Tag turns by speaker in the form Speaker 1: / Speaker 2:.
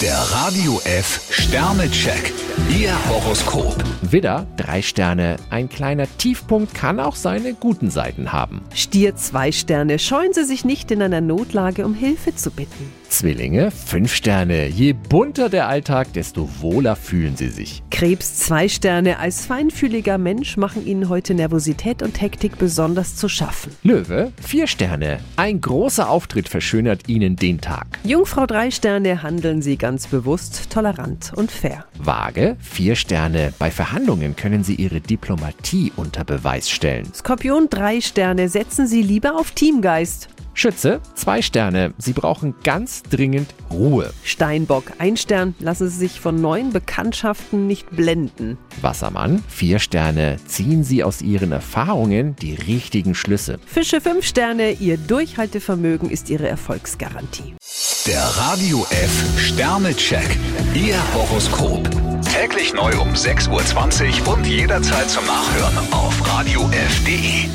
Speaker 1: Der Radio F Sternecheck. Ihr Horoskop.
Speaker 2: Widder, drei Sterne. Ein kleiner Tiefpunkt kann auch seine guten Seiten haben.
Speaker 3: Stier zwei Sterne, scheuen Sie sich nicht in einer Notlage um Hilfe zu bitten.
Speaker 2: Zwillinge, fünf Sterne. Je bunter der Alltag, desto wohler fühlen sie sich.
Speaker 3: Krebs zwei Sterne, als feinfühliger Mensch machen Ihnen heute Nervosität und Hektik besonders zu schaffen.
Speaker 2: Löwe, vier Sterne. Ein großer Auftritt verschönert ihnen den Tag.
Speaker 3: Jungfrau drei Sterne, handeln Sie ganz bewusst, tolerant und fair.
Speaker 2: Waage, vier Sterne. Bei Verhandlungen können sie ihre Diplomatie unter Beweis stellen.
Speaker 3: Skorpion drei Sterne, setzen Sie lieber auf Teamgeist.
Speaker 2: Schütze, zwei Sterne. Sie brauchen ganz dringend Ruhe.
Speaker 3: Steinbock ein Stern, lassen Sie sich von neuen Bekanntschaften nicht blenden.
Speaker 2: Wassermann, vier Sterne. Ziehen sie aus ihren Erfahrungen die richtigen Schlüsse.
Speaker 3: Fische fünf Sterne, Ihr Durchhaltevermögen ist Ihre Erfolgsgarantie.
Speaker 1: Der Radio F Sternecheck. Ihr Horoskop. Täglich neu um 6.20 Uhr und jederzeit zum Nachhören auf Radio radiof.de.